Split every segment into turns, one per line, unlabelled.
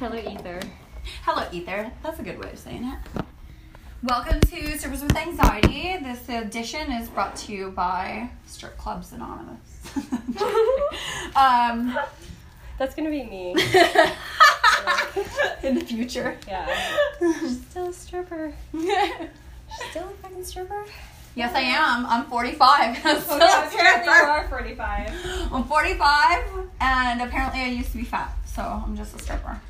Hello, Ether.
Hello, Ether. That's a good way of saying it. Welcome to Strippers with Anxiety. This edition is brought to you by Strip Clubs Anonymous. um,
That's gonna be me.
in the future.
Yeah. She's still a stripper. She's still a fucking stripper. Oh,
Yes, I am. I'm 45. I'm still a stripper.
are 45.
I'm 45, and apparently I used to be fat, so I'm just a stripper.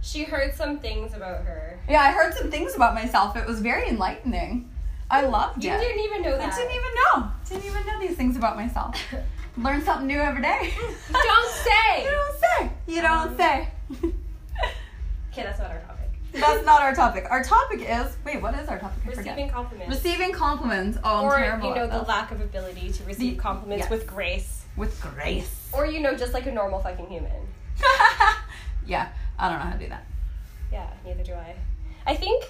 She heard some things about her.
Yeah, I heard some things about myself. It was very enlightening. I loved
You
it.
didn't even know
I
that.
didn't e- even know. Didn't even know these things about myself. Learn something new every day.
Don't say.
You don't say. You don't
Um,
say.
Okay, that's not our topic.
That's not our topic. Our topic is wait, what is our topic? I forget.
Receiving compliments.
Receiving compliments. Oh, I'm
or
terrible
you know
at
the
this.
lack of ability to receive
The-
compliments
yes.
with grace.
with grace.
Or you know just like a normal fucking human.
yeah, I don't know how to do that.
Yeah, neither do I. I think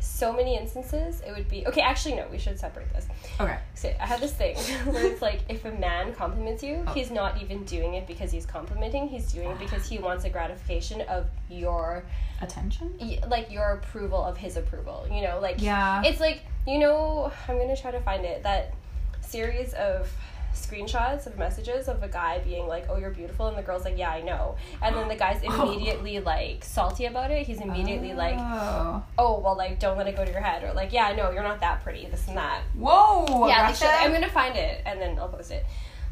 so many instances it would be okay. Actually, no, we should separate this.
Okay.
So I have this thing where it's like if a man compliments you,
Oh.
he's not even doing it because he's complimenting. He's doing it because he wants a gratification of your
Attention.
y- like your approval of his approval. You know, like
Yeah.
it's like you know I'm gonna try to find it that series of screenshots of messages of a guy being like oh you're beautiful and the girl's like yeah i know and then the guy's immediately like salty about it he's immediately like
Oh.
oh well like don't let it go to your head or like yeah i know you're not that pretty this and that
Whoa.
yeah, they should. I'm gonna
aggressive.
find it and then I'll post it.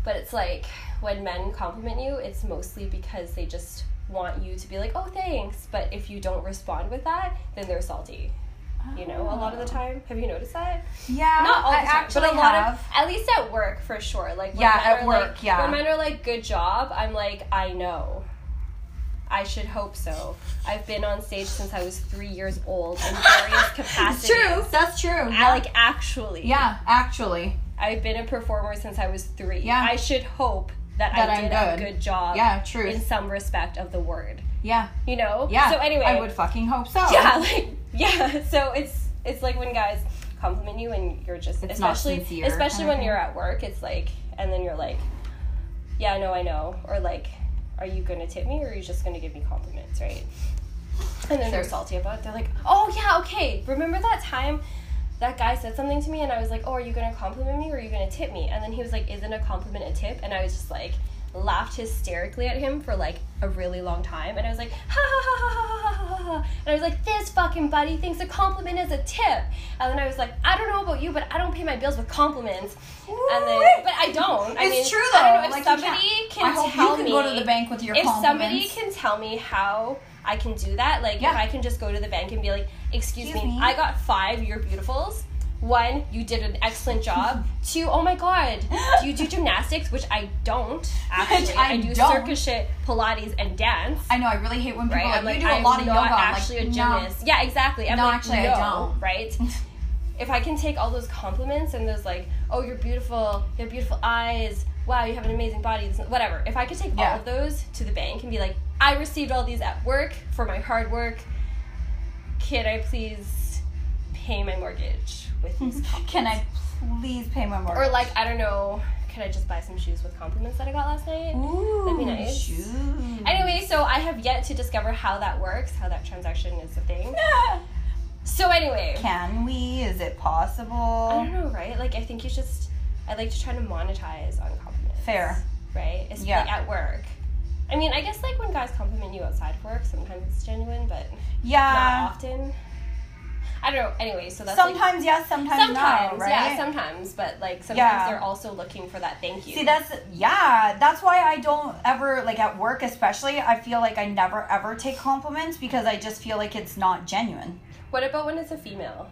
But it's like when men compliment you, it's mostly because they just want you to be like, "Oh, thanks." But if you don't respond with that, then they're salty. You know, a lot of the time. Have you noticed that?
Yeah.
Not all the
Oh. I
time,
actually
but a lot
have.
of at least at work for sure. Like when
Yeah,
men
at
are
work,
like-
yeah.
When men are like, "Good job," I'm like, "I know." I should hope so. I've been on stage since I was three years old in various
That's
capacities.
true. That's true.
I, like actually.
yeah, actually.
I've been a performer since I was three.
Yeah.
I should hope that,
That
I
I'm
did
good.
a good job
Yeah,
in
truth.
some respect of the word.
Yeah.
You know?
Yeah.
So anyway.
I would fucking hope so.
Yeah, like yeah. So it's it's like when guys compliment you and you're just
It's not
especially
sincere
especially
kind of
when
thing.
you're at work, it's like and then you're like, Yeah, I know, I know or like, are you gonna tip me or are you just gonna give me compliments, right? And then they're
Sure.
salty about it. They're like, Oh yeah, okay. Remember that time that guy said something to me and I was like, Oh, are you gonna compliment me or are you gonna tip me? And then he was like, Isn't a compliment a tip? And I was just like laughed hysterically at him for like a really long time and I was like ha ha ha ha ha ha ha ha and I was like this fucking buddy thinks a compliment is a tip and then I was like I don't know about you but I don't pay my bills with compliments and then
Woo-wee.
but I don't I
It's
mean,
true,
I don't
though.
know if
Like, you
somebody can
I hope
tell
you can
me
go to the bank with your
if somebody
compliments.
can tell me how I can do that, like
Yeah.
if I can just go to the bank and be like, "Excuse,
Excuse
me,
me.
I got five your beautifuls. One, you did an excellent job. Two, oh my god, do you do gymnastics? Which I don't actually.
I
do
don't.
circus shit, Pilates, and dance.
I know. I really hate when people
Right?
are
I'm
like,
like,
you do a
I'm
lot of
not
yoga. I'm
actually
like,
a
"No."
gymnast. Yeah, exactly. I'm
No,
like,
actually, I
no,
don't.
Right? if I can take all those compliments and those like, oh, you're beautiful, you have beautiful eyes, wow, you have an amazing body, this- whatever. If I could take all
Yeah.
of those to the bank and be like, I received all these at work for my hard work. Can I please pay my mortgage with these? compliments?
Can I please pay my mortgage?
Or like, I don't know, can I just buy some shoes with compliments that I got last night?
Ooh,
That'd be nice.
shoes.
Anyway, so I have yet to discover how that works, how that transaction is a thing. So anyway,
Can we? Is it
I
possible?
don't know, right? Like I think you just I like to try to monetize on compliments.
Fair.
Right? It's
Yeah.
like at work. I mean, I guess like when guys compliment you outside of work, sometimes it's genuine, but not
Yeah.
often. I don't know. Anyway, so that's like
Sometimes yes, sometimes,
sometimes,
no, right?
yeah, sometimes, but like sometimes
Yeah.
they're also looking for that thank you.
See, that's yeah. That's why I don't ever like at work, especially. I feel like I never ever take compliments because I just feel like it's not genuine.
what about when it's a female?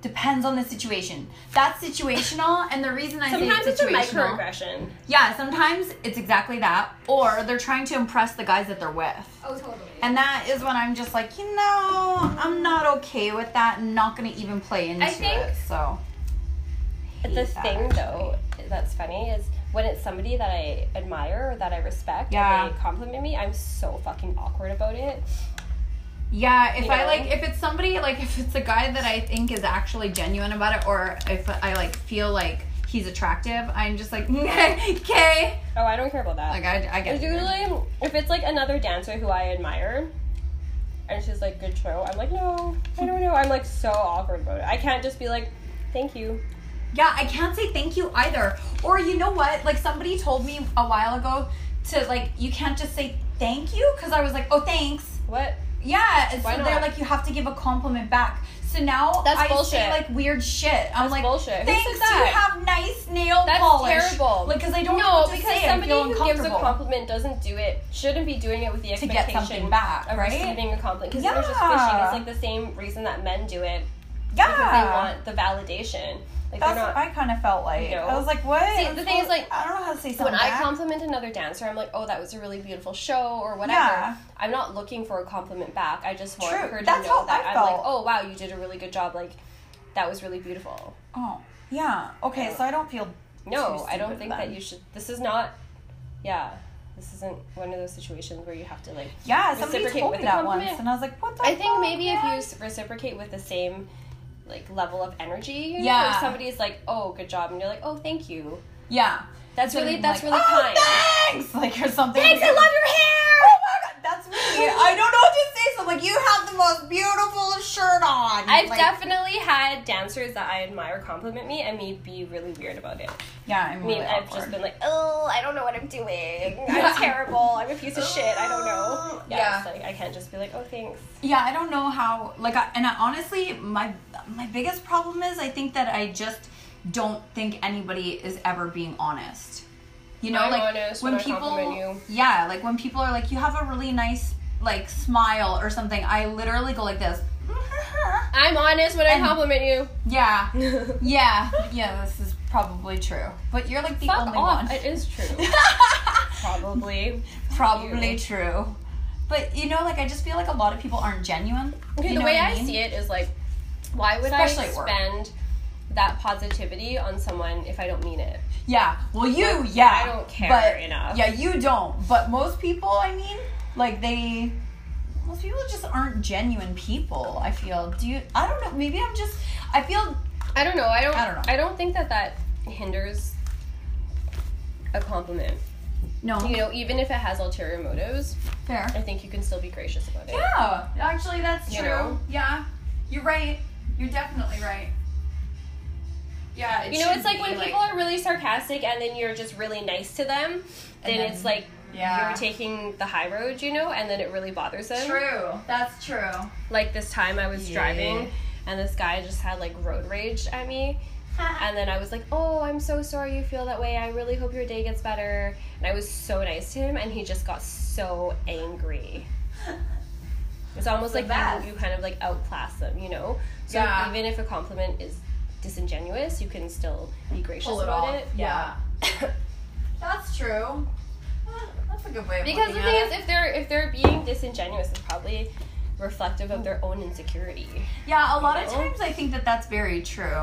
Depends on the situation. That's situational, and the reason I
Sometimes
say
it's a
situational.
microaggression.
Yeah, sometimes it's exactly that, or they're trying to impress the guys that they're with.
Oh, totally.
And that is when I'm just like, you know, I'm not okay with that. I'm not gonna even play into
I think-
it. So
the
hate that,
thing though that's funny is when it's somebody that I admire or that I respect
Yeah.
and they compliment me, I'm so fucking awkward about it.
yeah, if
You
I
know?
like, if it's somebody like, if it's a guy that I think is actually genuine about it, or if I like feel like he's attractive, I'm just like, okay.
Oh, I don't care about that.
Like, I, I get
It's
it.
usually if it's like another dancer who I admire, and she's like, "Good show," I'm like, "No, I don't know." I'm like so awkward about it. I can't just be like, "Thank you."
Yeah, I can't say thank you either. Or you know what? Like, somebody told me a while ago to, like, you can't just say thank you because I was like, oh, thanks.
What?
Yeah, and
Why
so
not?
they're like you have to give a compliment back. So now
That's
I say
bullshit.
like weird shit. I'm
That's
like,
bullshit. Who
thanks,
said that?
you have nice nail
That's
polish.
terrible.
Like, because I don't know
no,
what to
because
say. I
somebody
feel
who gives a
uncomfortable.
compliment doesn't do it shouldn't be doing it with the
To
expectation
get something back,
of
right?
receiving a compliment because they're just fishing. It's like the same reason that men do it because they
Yeah,
want the validation. Like
Ah. that's
they're
what
not.
I kind of felt like.
No.
I was like, what?
See,
I'm
the thing is,
supposed-
like,
I don't know how to say something.
when I
back.
compliment another dancer, I'm like, oh, that was a really beautiful show or whatever.
Yeah.
I'm not looking for a compliment back. I just want
True.
her to
That's
know
how
that
I
am
felt.
like, oh, wow, you did a really good job. Like, that was really beautiful.
oh, yeah. Okay,
Yeah.
so I don't feel.
No,
Too
I don't
stupid
think that
then.
you should. This is not. Yeah. This isn't one of those situations where you have to, like.
Yeah, somebody
Reciprocate
told
with
me
a
that
compliment.
once, and I was like, what the?
I think
fuck,
maybe if you
man?
s- reciprocate with the same, like, level of energy, you know,
Yeah.
if somebody's like, oh, good job, and you're like, oh, thank you.
Yeah.
That's
So
really,
I'm
that's
like,
really
oh,
kind.
Thanks! Like or something.
Thanks, I love your hair!
Oh my god, that's me. I don't know what to say, so I'm like, you have the most beautiful shirt on.
I've
like,
definitely had dancers that I admire compliment me and me be really weird about it.
Yeah, I'm
I mean,
really
I've
awkward.
just been like, oh, I don't know what I'm doing.
Yeah.
I'm terrible. I'm a piece of shit. I don't know. Oh, Yeah.
Yeah.
it's like, I can't just be like, oh, thanks.
Yeah, I don't know how. Like, I, and I, honestly, my my biggest problem is I think that I just don't think anybody is ever being honest. You know,
I'm
like
honest
when
when I
people,
compliment you.
yeah, like when people are like, you have a really nice like smile or something. I literally go like this.
I'm honest when
And-
I compliment you.
yeah, yeah, yeah. This is probably true, but you're like the
Fuck
only
off.
one.
It is true. Oh Probably.
Probably
You.
true. But you know, like I just feel like a lot of people aren't genuine.
Okay,
you
the
know
way
what
I,
mean?
see it is like, why would
Especially
I
at work.
spend that positivity on someone if I don't mean it?
Yeah. Well, you, yeah.
I don't care
but,
enough.
Yeah, you don't. But most people, I mean, like they, most people just aren't genuine people. I feel. Do you? I don't know. Maybe I'm just. I feel.
I don't know. I don't.
I don't know.
I don't think that that hinders a compliment.
No.
You know, even if it has ulterior motives,
fair.
I think you can still be gracious about it.
Yeah. Actually, that's
You
true.
know?
Yeah. You're right. You're definitely right. Yeah. it
You know,
should
it's like
be,
when people are really sarcastic and then you're just really nice to them, then,
then-
it's like
Yeah.
you're taking the high road, you know, and then it really bothers them.
True. That's true.
Like this time I was
Yeah.
driving and this guy just had like road rage at me. And then I was like, "Oh, I'm so sorry you feel that way. I really hope your day gets better." And I was so nice to him, and he just got so angry. It's almost
The
like
best.
you, you kind of like outclass them, you know. So
Yeah.
even if a compliment is disingenuous, you can still be gracious
Pull it
about
off.
it.
Yeah. That's true. Eh, That's a good way of
because the
looking
thing
at
is,
it.
if they're if they're being disingenuous, it's probably reflective of their own insecurity.
yeah, a lot of
you know?
times I think that that's very true.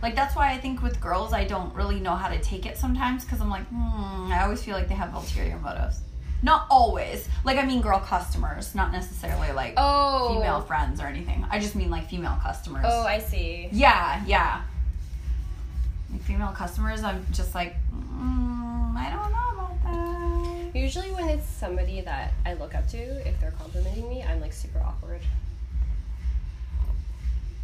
Like that's why I think with girls I don't really know how to take it sometimes because I'm like, hmm, I always feel like they have ulterior motives. Not always. Like I mean, girl customers, not necessarily like
Oh.
female friends or anything. I just mean like female customers.
Oh, I see.
yeah, yeah. Like female customers, I'm just like, mm, I don't know about that.
Usually, when it's somebody that I look up to, if they're complimenting me, I'm like super awkward.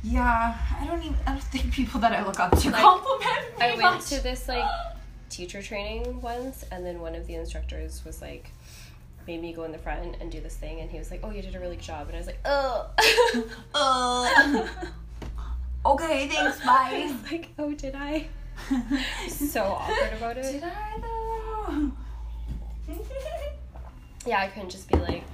Yeah, I don't even. I don't think people that I look up to
Like,
compliment me
I went
much.
to this like teacher training once, and then one of the instructors was like, made me go in the front and do this thing, and he was like, "Oh, you did a really good job," and I was like, "Oh."
Uh, okay, thanks,
I
bye.
was like, "Oh, did I?" So awkward about it.
Did I though?
Yeah, I couldn't just be like,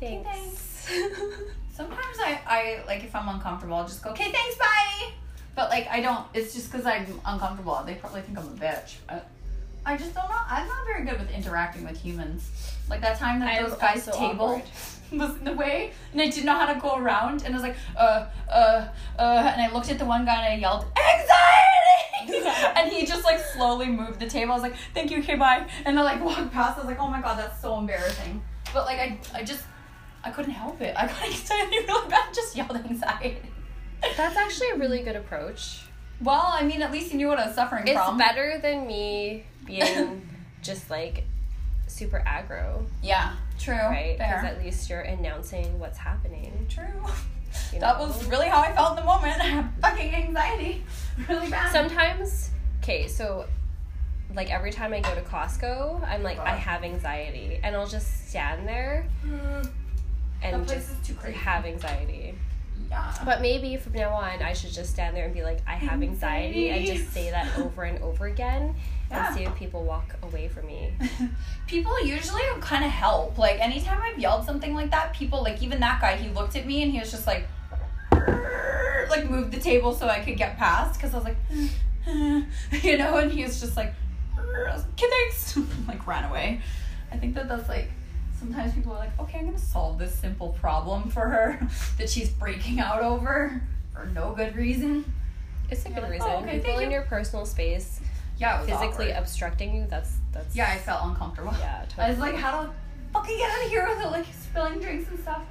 "Thanks."
Sometimes I, I like if I'm uncomfortable, I'll just go, okay, thanks, bye. But like I don't. It's just because I'm uncomfortable. They probably think I'm a bitch. I, I just don't know. I'm not very good with interacting with humans. Like that time that
I am
those guys'
also
table.
awkward.
was in the way and I didn't know how to go around and I was like, uh, uh, uh, and I looked at the one guy and I yelled, anxiety! and he just like slowly moved the table. I was like, thank you, okay, bye. And I like walked past. I was like, oh my god, that's so embarrassing. But like, I, I just, I couldn't help it. I got anxiety really bad. Just yelled anxiety.
That's actually a really good approach.
Well, I mean, at least you knew what I was suffering
It's
from.
better than me being just like super aggro,
Yeah, true.
right? Because
Fair.
at least you're announcing what's happening.
True.
you
That
know?
was really how I felt in the moment. I had fucking anxiety. Really bad.
Sometimes, okay, so like every time I go to Costco, I'm like, I
God.
have anxiety. And I'll just stand there
Mm,
and
That place
just
is too crazy.
have anxiety.
yeah.
But maybe from now on, I should just stand there and be like, I have anxiety, and just say that over and over again
Yeah.
and see if people walk away from me.
people usually kind of help. Like anytime I've yelled something like that, people like even that guy. He looked at me and he was just like, like moved the table so I could get past because I was like, you know, and he was just like, I was like, okay, thanks, like ran away. I think that that's like. Sometimes people are like, okay, I'm gonna solve this simple problem for her that she's breaking out over for no good reason.
It's a
You're
good
like,
reason.
"Oh, okay,
people
thank
in
you."
your personal space
Yeah, it was
physically
awkward.
obstructing you, that's that's
Yeah, I felt uncomfortable.
yeah, totally.
I was like, how do I fucking get out of here without like spilling drinks and stuff?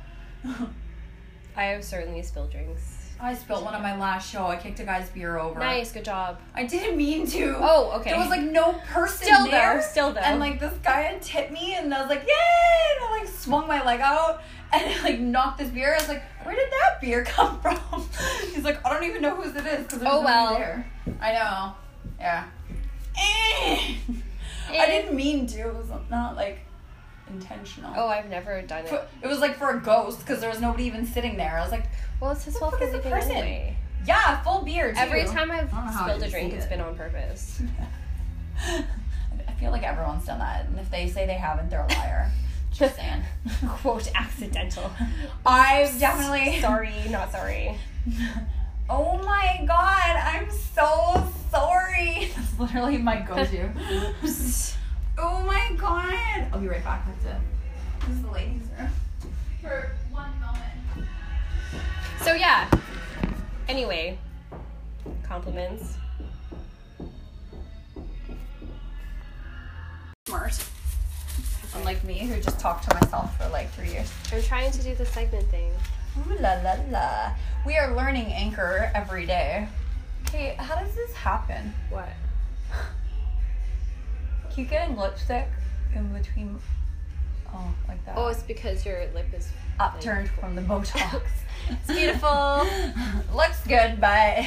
I have certainly spilled drinks.
I spilled one on my last show. I kicked a guy's beer over.
Nice, good job.
I didn't mean to.
Oh, okay.
There was like no person
Still though,
there.
still though.
And like this guy had tipped me, and I was like, yay! And I like swung my leg out and I, like knocked this beer. I was like, where did that beer come from? He's like, I don't even know whose it is because
Oh, well.
there. I know. Yeah. Eh. I
Eh.
didn't mean to. It was not like intentional.
Oh, I've never done
For-
it.
It was like for a ghost because there was nobody even sitting there. I was like,
Well, it's his
Who the
fault
fuck
for
is the
leaving
person?
anyway.
yeah, full beer. Too.
Every time I've
I don't know how I
spilled a
didn't
drink,
see
it's
it.
been on purpose.
I feel like everyone's done that, and if they say they haven't, they're a liar. Just saying.
Quote accidental.
I've definitely.
sorry, not sorry.
Oh my god, I'm so sorry. That's literally my go-to. oh my god. I'll be right back. That's it. This is the ladies' room. For one moment.
So yeah. Anyway, compliments.
Smart. Unlike me, who just talked to myself for like three years.
I'm trying to do the segment thing.
Ooh la la la. We are learning anchor every day. Hey, how does this happen?
What?
Keep getting lipstick in between. Oh, like that.
Oh, it's because your lip is
upturned from the Botox.
It's beautiful.
Looks good, but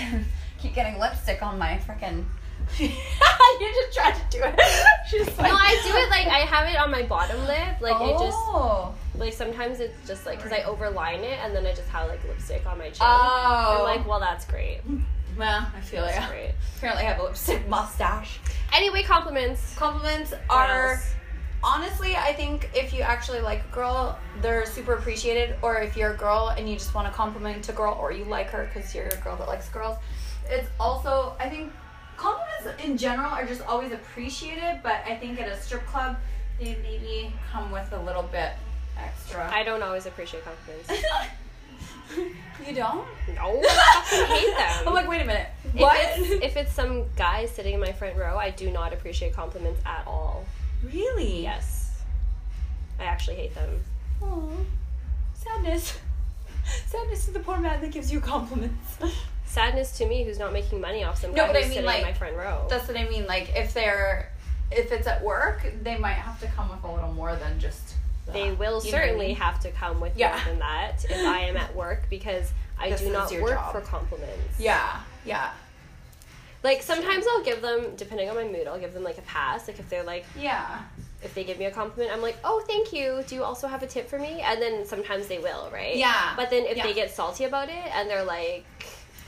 keep getting lipstick on my freaking. you just tried to do it. She's like,
No, I do it like I have it on my bottom lip. Like it just
oh.
like sometimes it's just like because I overline it and then I just have like lipstick on my chin. I'm
Oh.
like, well, that's great.
well, I feel
That's
ya.
great.
Apparently, I have a lipstick mustache.
Anyway, compliments.
Compliments
What
are.
else?
honestly, I think if you actually like a girl, they're super appreciated. Or if you're a girl and you just want to compliment a girl, or you like her because you're a girl that likes girls, it's also I think compliments in general are just always appreciated. But I think at a strip club, they maybe come with a little bit extra.
I don't always appreciate compliments.
you don't?
No, I fucking hate them.
I'm like, wait a minute. Oh What?
If it's, if it's some guy sitting in my front row, I do not appreciate compliments at all.
really?
Yes, I actually hate them.
Aw. Sadness. Sadness to the poor man that gives you compliments.
Sadness to me, who's not making money off some
No,
guy
but
who's
I mean,
sitting
like,
in my front row.
That's what I mean. Like if they're if it's at work, they might have to come with a little more than just. that.
They will
You know what I
certainly
mean?
have to come with
Yeah.
more than that if I am at work because I
This
do
is
not
your
work
job.
for compliments.
Yeah, yeah,
Like sometimes I'll give them, depending on my mood, I'll give them like a pass. Like if they're like,
yeah.
if they give me a compliment, I'm like, oh, thank you. Do you also have a tip for me? And then sometimes they will, right?
Yeah.
But then if
Yeah.
they get salty about it and they're like,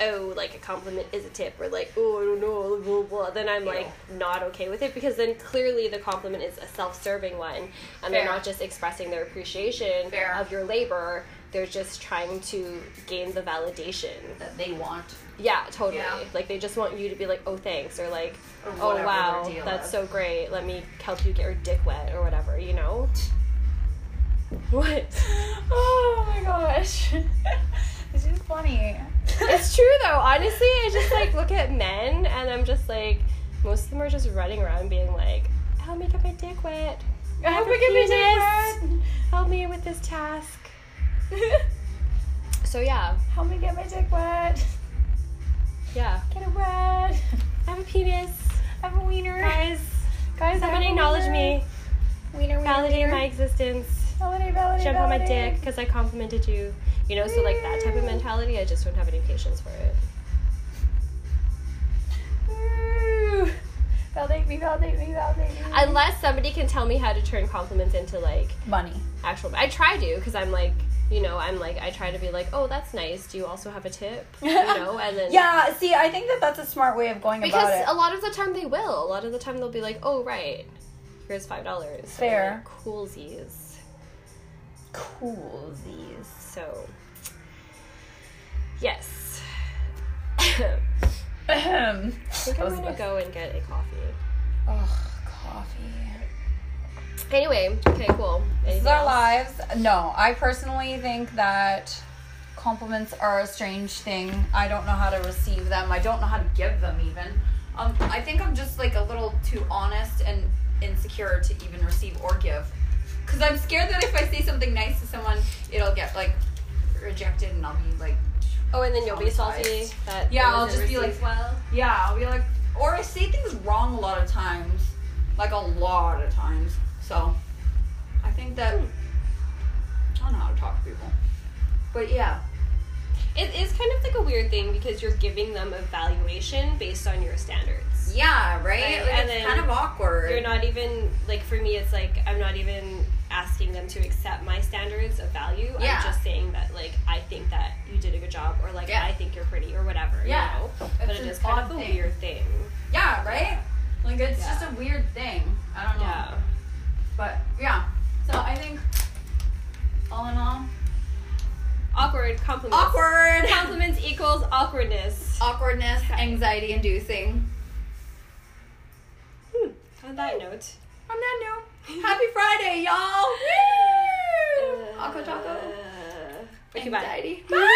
oh, like a compliment is a tip, or like, oh, I don't know, blah, blah, blah, then I'm like not okay with it because then clearly the compliment is a self serving one and they're
Fair.
not just expressing their appreciation
Fair.
of your labor. They're just trying to gain the validation.
That they want.
Yeah, totally.
Yeah.
Like they just want you to be like, oh, thanks, or like,
Or
oh
whatever
wow,
their deal
that's
is.
so great. Let me help you get your dick wet or whatever. You know. What?
Oh my gosh, this is funny.
it's true though. Honestly, I just like look at men, and I'm just like, most of them are just running around being like, help me get my dick wet.
I
have
hope
a
I get my dick
penis. Help me with this task.
wet.
So yeah,
Help me get my dick wet.
Yeah.
Get it wet.
I have a penis.
I have a wiener.
Guys,
Guys, I have
somebody
a
acknowledge
wiener.
me.
Wiener, wiener,
Validate
wiener.
my existence.
Validate, validate,
Jump on my
validate.
dick because I complimented you. You know, so like that type of mentality, I just don't have any patience for it.
Ooh. Validate me, validate me, validate me.
Unless somebody can tell me how to turn compliments into like
money.
actual. I try to because I'm like, you know, I'm like, I try to be like, oh, that's nice. Do you also have a tip? You know, and then
Yeah, see, I think that that's a smart way of going about
because
it.
a lot of the time they will. A lot of the time they'll be like, oh, right, here's five dollars.
Fair.
like, coolsies.
Coolsies.
So, yes.
Ahem.
I think
That was
I'm
the
gonna
best.
go and get a coffee.
Ugh, coffee.
Anyway, okay, cool.
This
Anything
is our
else?
lives. No, I personally think that compliments are a strange thing. I don't know how to receive them. I don't know how to give them even. Um, I think I'm just like a little too honest and insecure to even receive or give. Cause I'm scared that if I say something nice to someone, it'll get like rejected and I'll be like,
Oh, and then you'll be salty.
Traumatized.
That
Yeah,
it
I'll
wasn't
just be like-
received well.
yeah, I'll be like, or I say things wrong a lot of times, like a lot of times. So I think that
Hmm.
I don't know how to talk to people, but yeah.
It is kind of like a weird thing because you're giving them a valuation based on your standards.
Yeah, right?
Right,
Like,
and
it's
then
kind of awkward.
You're not even like for me it's like I'm not even asking them to accept my standards of value.
Yeah.
I'm just saying that like I think that you did a good job or like
Yeah.
I think you're pretty or whatever.
Yeah.
You know?
It's
But it
an
is kind
odd
of a
thing.
weird thing.
yeah, right? Like, it's
Yeah.
just a weird thing. I don't know.
Yeah.
But, yeah. So, I think, all in all,
Awkward compliments.
awkward.
Compliments equals awkwardness.
Awkwardness, anxiety inducing.
Hmm. On that note.
On that note, happy Friday, y'all! Woo! Aqua Taco.
uh, Okay, bye.
Anxiety. Bye!